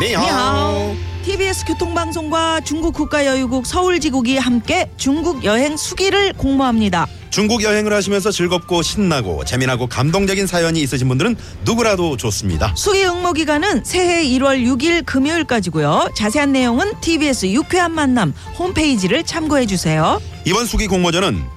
니하오. TBS 교통방송과 중국 국가여유국 서울지국이 함께 중국 여행 수기를 공모합니다. 중국 여행을 하시면서 즐겁고 신나고 재미나고 감동적인 사연이 있으신 분들은 누구라도 좋습니다. 수기 응모 기간은 새해 1월 6일 금요일까지고요. 자세한 내용은 TBS 유쾌한 만남 홈페이지를 참고해 주세요. 이번 수기 공모전은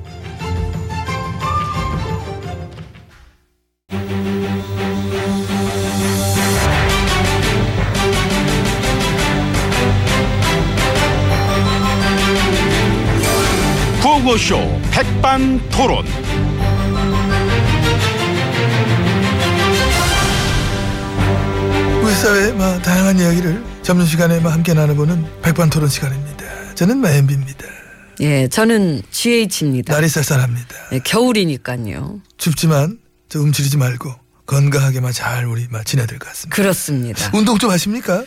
구호쇼 백반토론. 우리 사회의 막 다양한 이야기를 점심시간에 막 함께 나눠보는 백반토론 시간입니다. 저는 마엠비입니다. 예, 저는 GH입니다. 예, 날이 쌀쌀합니다. 겨울이니까요. 춥지만 저 움츠리지 말고 건강하게만 잘 우리 막 지내야 될 것 같습니다. 그렇습니다. 운동 좀 하십니까?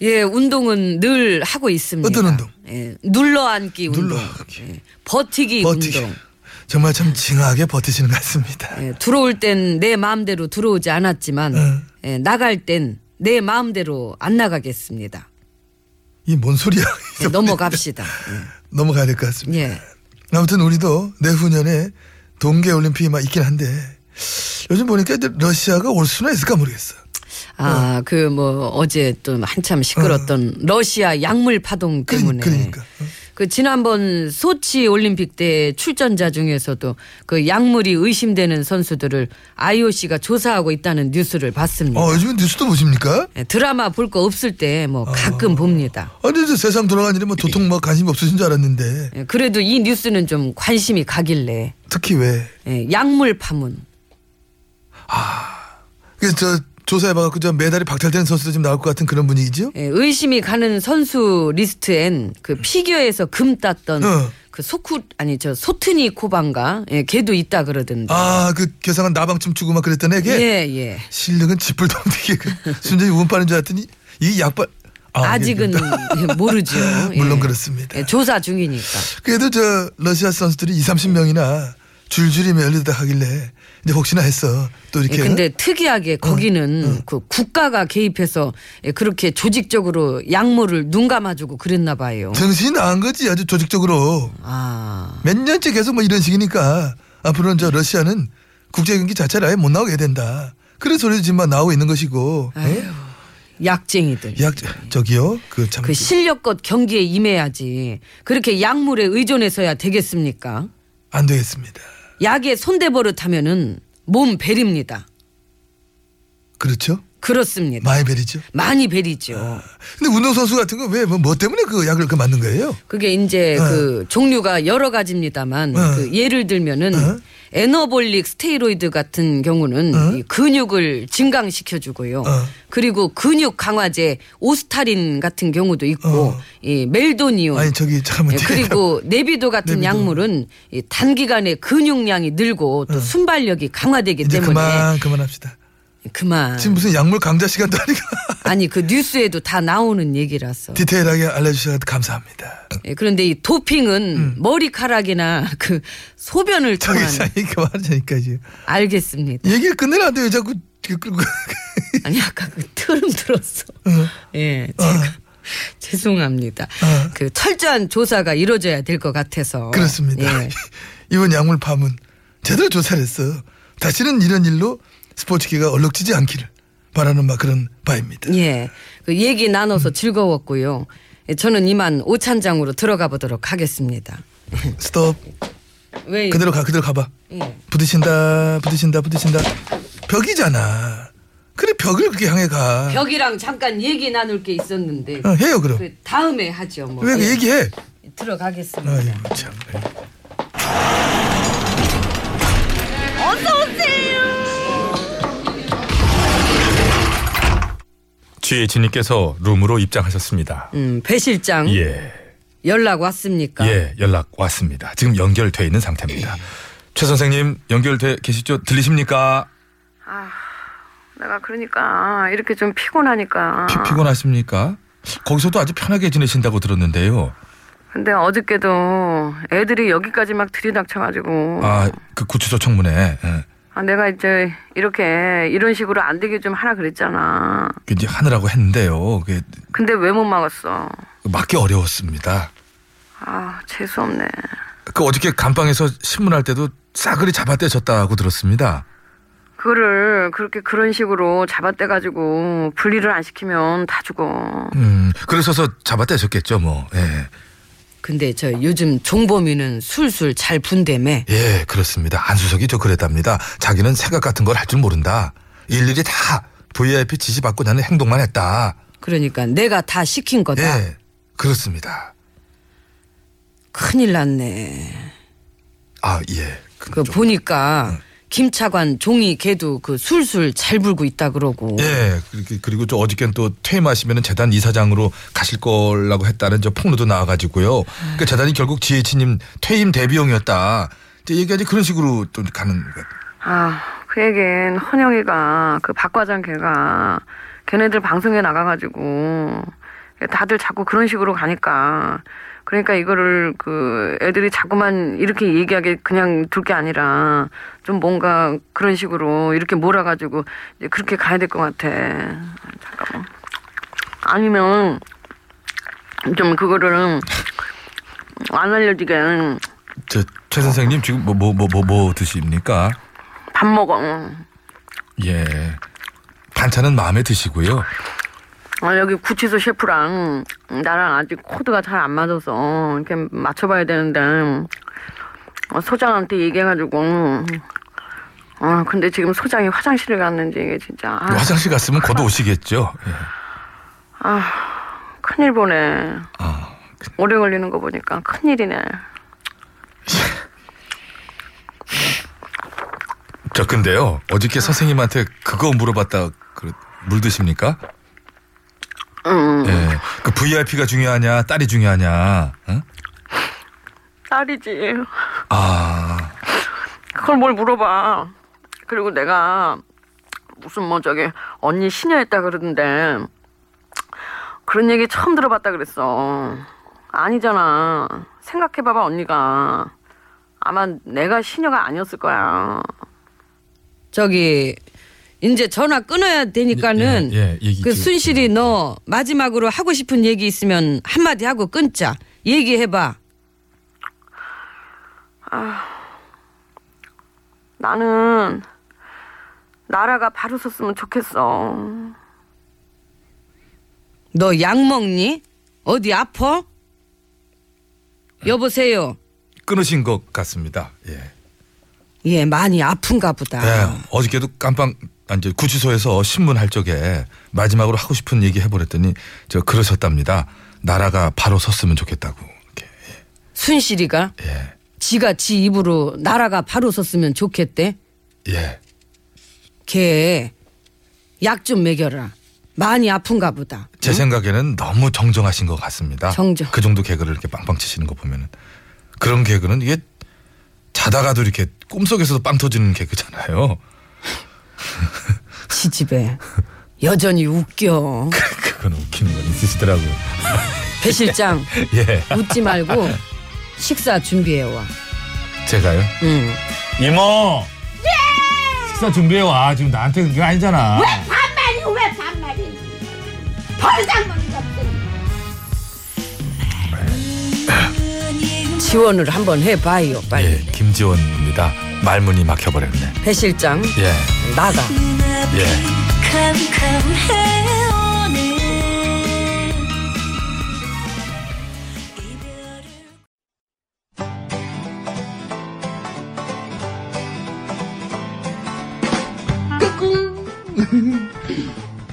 예, 운동은 늘 하고 있습니다. 어떤 운동? 예, 눌러앉기 운동. 눌러앉기. 예, 버티기, 버티기. 운동. 정말 참 징하게 버티시는 것 같습니다. 예, 들어올 땐 내 마음대로 들어오지 않았지만 응. 예, 나갈 땐 내 마음대로 안 나가겠습니다. 이 뭔 소리야? 예, 넘어갑시다. 넘어가야 될 것 같습니다. 예. 아무튼 우리도 내후년에 동계올림픽이 막 있긴 한데 요즘 보니까 이제 러시아가 올 수나 있을까 모르겠어. 네. 아, 그 뭐 어제 또 한참 시끄럽던 러시아 약물 파동 어. 그러- 때문에 그러니까. 어. 그 지난번 소치 올림픽 때 출전자 중에서도 그 약물이 의심되는 선수들을 IOC가 조사하고 있다는 뉴스를 봤습니다. 어, 요즘 뉴스도 보십니까? 예, 드라마 볼 거 없을 때 뭐 가끔 봅니다. 아니 이제 세상 돌아간 일에 뭐 도통 막 관심 없으신 줄 알았는데 예, 그래도 이 뉴스는 좀 관심이 가길래 특히 왜? 예, 약물 파문. 그래서 저 조사해봐갖고 저 메달이 박탈되는 선수도 지금 나올 것 같은 그런 분위기죠? 예, 의심이 가는 선수 리스트엔 그 피겨에서 금 땄던 어. 그 소쿠 아니 저 소트니 코방가 예, 걔도 있다 그러던데. 아그 개성한 나방춤 추고 막 그랬던 애게 예, 예. 실력은 짚을 덤비게 순전히 운빠는 줄 알았더니 이 약발 아, 아직은 이게- 예, 모르죠. 물론 그렇습니다. 예, 조사 중이니까. 그래도 저 러시아 선수들이 2, 30명이나 줄줄이 열리다 하길래 이제 혹시나 했어 또 예, 이렇게 음, 근데 특이하게 거기는 그 국가가 개입해서 예, 그렇게 조직적으로 약물을 눈 감아주고 그랬나 봐요. 정신이 나간 거지 아주 조직적으로 아, 몇 년째 계속 뭐 이런 식이니까 앞으로는 저 러시아는 국제 경기 자체를 아예 못 나오게 된다. 그런 소리도 지금 막 나오고 있는 것이고. 어? 아유, 약쟁이들. 약 저기요 그 참. 그 실력껏 경기에 임해야지. 그렇게 약물에 의존해서야 되겠습니까? 안 되겠습니다. 약에 손대버릇하면은 몸 베립니다. 그렇죠? 그렇습니다. 마이벨이죠. 많이 베리죠. 근데 운동선수 같은 건 왜 뭐 때문에 그 약을 그 맞는 거예요? 그게 이제 어. 그 종류가 여러 가지입니다만 어. 그 예를 들면은 어. 에너볼릭 스테로이드 같은 경우는 어. 이 근육을 증강시켜 주고요. 어. 그리고 근육 강화제 오스타린 같은 경우도 있고 어. 이 멜도니온 아니 저기 잠깐만. 예, 그리고 네비도 같은 네비도. 약물은 이 단기간에 근육량이 늘고 또 순발력이 강화되기 어. 이제 때문에 그만 그만합시다. 그만. 지금 무슨 약물 강좌 시간도 아니고 아니 그 뉴스에도 다 나오는 얘기라서 디테일하게 알려주셔서 감사합니다. 예, 그런데 이 도핑은 머리카락이나 그 소변을 통한 음. 저기 사이 그만하니까 이제 알겠습니다. 얘기를 끝내면 안 돼요. 자꾸 그, 이렇게 끌고. 아니 아까 그 트름 들었어. 그, 예, 제가 죄송합니다. 어. 그 철저한 조사가 이루어져야 될 것 같아서 그렇습니다. 예. 이번 약물 파문 제대로 조사를 했어. 다시는 이런 일로 스포츠계가 얼룩지지 않기를 바라는 막 그런 바입니다. 예, 그 얘기 음. 나눠서 즐거웠고요. 예, 저는 이만 오찬장으로 들어가 보도록 하겠습니다. 스톱. 왜 그대로 가, 그대로 가봐. 예. 부딪힌다, 부딪힌다, 부딪힌다. 벽이잖아. 그래 벽을 그렇게 향해 가. 벽이랑 잠깐 얘기 나눌 게 있었는데 어, 해요 그럼. 그 다음에 하죠. 뭐. 왜 그 예, 얘기해? 들어가겠습니다. 아이고 예. 참. GH님께서 룸으로 입장하셨습니다. 음, 배 실장 예. 아. 연락 왔습니까? 예, 연락 왔습니다. 지금 연결돼 있는 상태입니다. 최 선생님 연결돼 계시죠? 들리십니까? 아, 내가 그러니까 이렇게 좀 피곤하니까. 피, 피곤하십니까? 거기서도 아주 편하게 지내신다고 들었는데요. 근데 어저께도 애들이 여기까지 막 들이닥쳐가지고. 아. 아 그 구치소 청문회 예. 내가 이제 이렇게 이런 식으로 안 되게 좀 하라 그랬잖아. 그 이제 하느라고 했는데요. 그게 근데 왜 못 막았어? 막기 어려웠습니다. 아, 재수없네. 그 어저께 감방에서 신문할 때도 싸그리 잡아떼셨다고 들었습니다. 그거를 그렇게 그런 식으로 잡아떼가지고 분리를 안 시키면 다 죽어. 음 그래서서 잡아떼셨겠죠 뭐. 예. 근데 저 요즘 종범이는 술술 잘 분대매. 예, 그렇습니다. 안수석이 저 그랬답니다. 자기는 생각 같은 걸 할 줄 모른다. 일일이 다 VIP 지시 받고 나는 행동만 했다. 그러니까 내가 다 시킨 거다. 예, 그렇습니다. 큰일 났네. 아, 예. 그 네. 보니까 김차관 종이 걔도 그 술술 잘 불고 있다 그러고. 예, 그리고- 그리고 저 어저께는 또 퇴임하시면 재단 이사장으로 가실 거라고 했다는 저 폭로도 나와가지고요. 그 재단이 결국 GH님 퇴임 대비용이었다. 이제 얘기하지 그런 식으로 좀 가는 것. 아, 그 얘긴 헌영이가 그 박과장 걔가 걔네들 방송에 나가가지고 다들 자꾸 그런 식으로 가니까 그러니까 이거를 그 애들이 자꾸만 이렇게 얘기하게 그냥 둘 게 아니라 좀 뭔가 그런 식으로 이렇게 몰아가지고 이제 그렇게 가야 될 것 같아. 잠깐만. 아니면 좀 그거를 안 알려지게 저최 선생님 지금 뭐 뭐 뭐 뭐 뭐 드십니까? 밥 먹어. 예, 반찬은 마음에 드시고요. 아, 여기 구치소 셰프랑 나랑 아직 코드가 잘 안 맞아서 이렇게 맞춰봐야 되는데 어, 소장한테 얘기해가지고 아 근데 지금 소장이 화장실을 갔는지 이게 진짜 아, 화장실 갔으면 곧 오시겠죠. 예. 큰일 보네 아, 오래 걸리는 거 보니까 큰일이네 저 근데요 어저께 선생님한테 그거 물어봤다 그물 드십니까? 응 예, 그 VIP가 중요하냐 딸이 중요하냐? 응? 딸이지 아, 그걸 뭘 물어봐 그리고 내가 무슨 뭐 저기 언니 시녀했다 그러던데 그런 얘기 처음 들어봤다 그랬어. 아니잖아. 생각해봐봐 언니가 아마 내가 시녀가 아니었을 거야. 저기 이제 전화 끊어야 되니까는 예, 예, 얘기 그 좀- 순실이 너 마지막으로 하고 싶은 얘기 있으면 한마디 하고 끊자. 얘기해봐. 나는 나라가 바로 섰으면 좋겠어. 너 약 먹니? 어디 아파? 여보세요. 끊으신 것 같습니다. 예. 예, 많이 아픈가 보다. 예, 어저께도 깜빵 아, 이제 구치소에서 신문 할 적에 마지막으로 하고 싶은 얘기 해버렸더니 저 그러셨답니다. 나라가 바로 섰으면 좋겠다고. 이렇게. 순실이가 예, 지가 지 입으로 나라가 바로 섰으면 좋겠대. 예. 걔 약 좀 먹여라. 많이 아픈가 보다. 제 생각에는 너무 정정하신 것 같습니다. 정정. 그 정도 개그를 이렇게 빵빵 치시는 거 보면은 그런 개그는 이게 자다가도 이렇게 꿈속에서도 빵 터지는 개그잖아요. 지 집에 여전히 웃겨. 그건 웃기는 건 있으시더라고요. 배 실장 예, 웃지 말고 식사 준비해 와. 제가요. 응. 이모 예! 식사 준비해 와 지금 나한테 그게 아니잖아 반말이 왜 반말이지? 벌상 먹는 거. 지원을 한번 해봐요, 빨리. 예, 김지원입니다. 말문이 막혀버렸네. 배 실장 예, 나가. 예.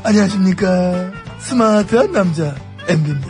안녕하십니까 스마트한 남자 MB입니다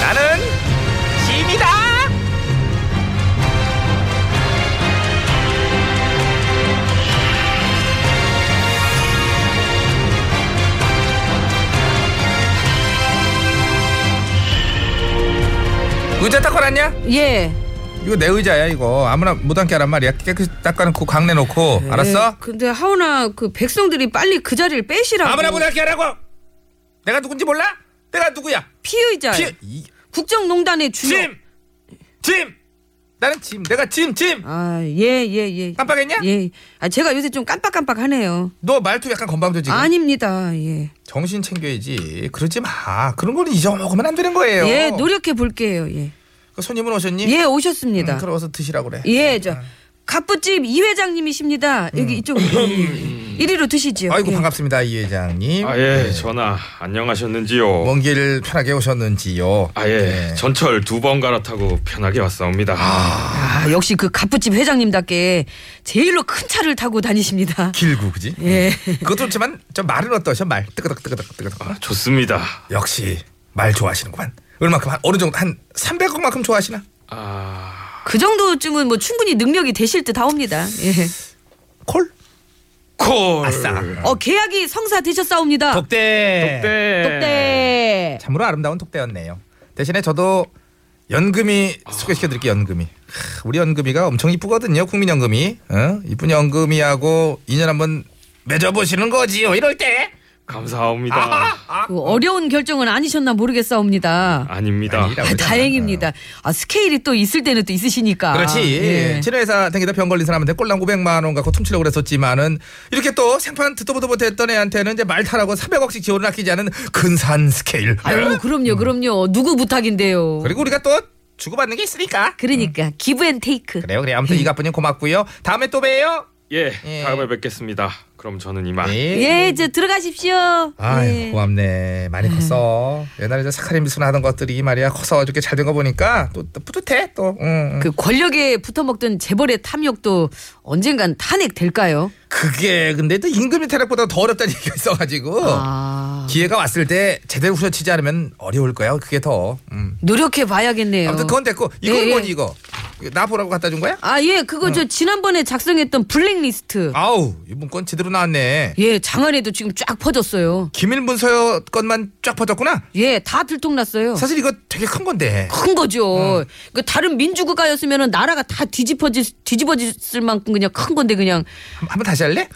나는 짐이다. 의자 닦아놨냐? 예. 이거 내 의자야 이거 아무나 못 앉게 하란 말이야 깨끗이 닦아놓고 그 강내 놓고 예, 근데 하오나 그 백성들이 빨리 그 자리를 빼시라고. 아무나 못 앉게 하라고 내가 누군지 몰라? 내가 누구야? 피의자. 피... 이... 국정농단의 주요. 짐! 짐! 나는 짐 내가 짐 짐! 아, 예, 예, 예. 깜빡했냐? 예. 아, 제가 요새 좀 깜빡깜빡하네요. 너 말투 약간 건방져 지금 아닙니다. 예. 정신 챙겨야지 그러지 마 그런 거는 잊어먹으면 안 되는 거예요 예, 노력해 볼게요. 예. 그 손님은 오셨니? 예, 오셨습니다. 음, 그럼 어서 드시라고 그래 예, 저 갑부집 이 회장님이십니다. 여기 이쪽 예, 이리로 드시지요. 음. 아이고 예. 반갑습니다 이 회장님 아예 전하 안녕하셨는지요. 먼 길 편하게 오셨는지요 아예 네. 전철 두 번 갈아타고 편하게 왔사옵니다. 아, 역시 그 갑부집 회장님답게 제일로 큰 차를 타고 다니십니다. 길고 그지? 음. 예. 그것도 좋지만 저 말은 어떠셔 말 뜨거덕 뜨거덕 뜨거덕 아, 좋습니다. 역시 말 좋아하시는구만 얼마큼 한 어느 정도 한 300억만큼 좋아하시나? 아 그 정도쯤은 뭐 충분히 능력이 되실 듯 하옵니다. 예. 콜? 콜. 아싸 어, 계약이 성사되셨사옵니다. 예. 독대 네. 독대. 참으로 아름다운 독대였네요 대신에 저도 연금이 소개시켜드릴게요 연금이 하, 우리 연금이가 엄청 이쁘거든요 국민연금이 어? 이쁜 연금이하고 인연 한번 맺어보시는 거지요 이럴 때 감사합니다. 아! 그 어려운 결정은 아니셨나 모르겠사옵니다. 아닙니다 아니라 아, 다행입니다. 아, 스케일이 또 있을 때는 또 있으시니까. 그렇지. 예. 친회사 댕기다 병 걸린 사람한테 꼴랑 500만 원 갖고 퉁치려고 그랬었지만은 이렇게 또 생판 듣도 보도 못했던 애한테는 이제 말 타라고 300억씩 지원을 아끼지 않은 근사한 스케일. 아유, 그럼요, 그럼요. 누구 부탁인데요. 음. 그리고 우리가 또 주고받는 게 있으니까. 음. 그러니까 기브 앤 테이크. 그래요. 그래요. 예. 아무튼 이 가뿐님 고맙고요. 다음에 또 봬요. 예, 예. 네. 다음에 뵙겠습니다. 그럼 저는 이만. 예, 이제 들어가십시오. 아유 예. 고맙네 많이 컸어 옛날에 저 사카린 미소나 하던 것들이 말이야 커서 이렇게 잘 된 거 보니까 또, 또 뿌듯해 또 응. 그 권력에 붙어먹던 재벌의 탐욕도 언젠간 탄핵 될까요? 그게 근데 또 임금이 태력보다 더 어렵다는 얘기가 있어가지고 아, 기회가 왔을 때 제대로 후려치지 않으면 어려울 거야. 그게 더. 음. 노력해 봐야겠네요. 아무튼 그건 됐고 이건 예, 예. 뭐니 이거? 이거 나 보라고 갖다 준 거야? 아, 예, 그거 저 지난번에 작성했던 블랙리스트. 어. 아우 이 문건 제대로 나왔네. 예, 장안에도 지금 쫙 퍼졌어요. 기밀 문서 것만 쫙 퍼졌구나. 예, 다 들통났어요. 사실 어. 이거 되게 큰 건데. 큰 거죠. 그 다른 민주국가였으면 나라가 다 뒤집어질 뒤집어졌을 만큼 그냥 큰 건데 그냥 한- 한번 다시 할래?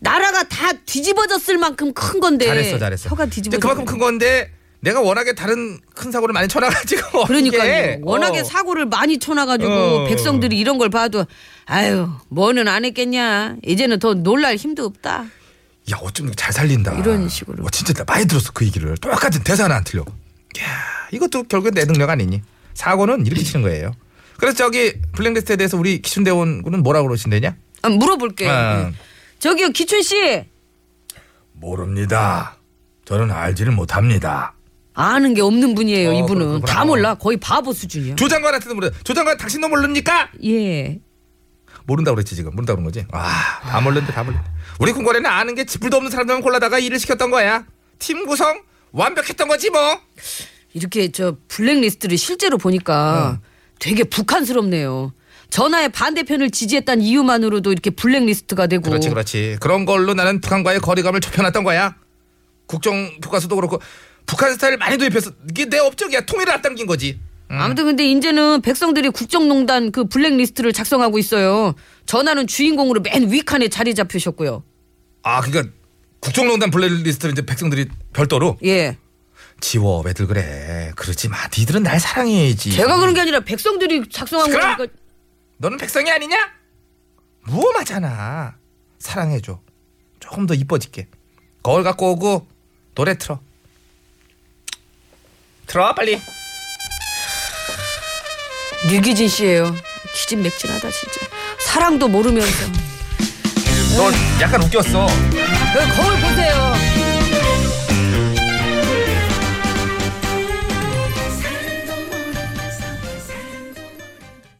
나라가 다 뒤집어졌을 만큼 큰 건데. 잘했어, 잘했어. 네. 혀가 근데 뒤집어. 그만큼 큰 건데 내가 워낙에 다른 큰 사고를 많이 쳐놔가지고. 그러니까요. 어떡해. 워낙에 어. 사고를 많이 쳐놔가지고 어. 백성들이 이런 걸 봐도 아유 뭐는 안 했겠냐. 이제는 더 놀랄 힘도 없다. 야 어쩜 이렇게 잘 살린다. 이런 식으로. 어, 진짜 나 많이 들었어 그 얘기를. 똑같은 대사 하나 안 틀려. 야 이것도 결국엔 내 능력 아니니. 사고는 이렇게 치는 거예요. 그래서 저기 블랙리스트에 대해서 우리 기춘대원군은 뭐라고 그러신대냐? 아, 물어볼게요. 아. 예. 저기요 기춘 씨 모릅니다. 저는 알지를 못합니다. 아는 게 없는 분이에요. 어, 이분은 그렇구나. 다 몰라. 거의 바보 수준이야. 조 장관한테도 물어. 조 장관 당신도 모릅니까? 예. 모른다고 그랬지 지금. 모른다고 그런 거지. 아다 몰랐는데 다 몰랐네. 우리 궁궐에는 아는 게 지불도 없는 사람들만 골라다가 일을 시켰던 거야. 팀 구성 완벽했던 거지 뭐. 이렇게 저 블랙리스트를 실제로 보니까 네. 되게 북한스럽네요. 전화의 반대편을 지지했다는 이유만으로도 이렇게 블랙리스트가 되고 그렇지 그렇지 그런 걸로 나는 북한과의 거리감을 좁혀놨던 거야 국정 교과서도 그렇고 북한 스타일을 많이 도입해서 이게 내 업적이야 통일을 앞당긴 거지 음. 아무튼 근데 이제는 백성들이 국정농단 그 블랙리스트를 작성하고 있어요. 전화는 주인공으로 맨 위칸에 자리 잡히셨고요. 아 그러니까 국정농단 블랙리스트는 이제 백성들이 별도로 예. 지워 왜들 그래 그러지 마 니들은 날 사랑해야지 제가 그런 게 아니라 백성들이 작성한 시끄러! 거니까 너는 백성이 아니냐? 무엄하잖아 사랑해줘 조금 더 이뻐질게 거울 갖고 오고 노래 틀어 틀어 빨리 류기진 씨예요. 기진맥진하다 진짜. 사랑도 모르면서. 너 약간 웃겼어 그 거울 보세요.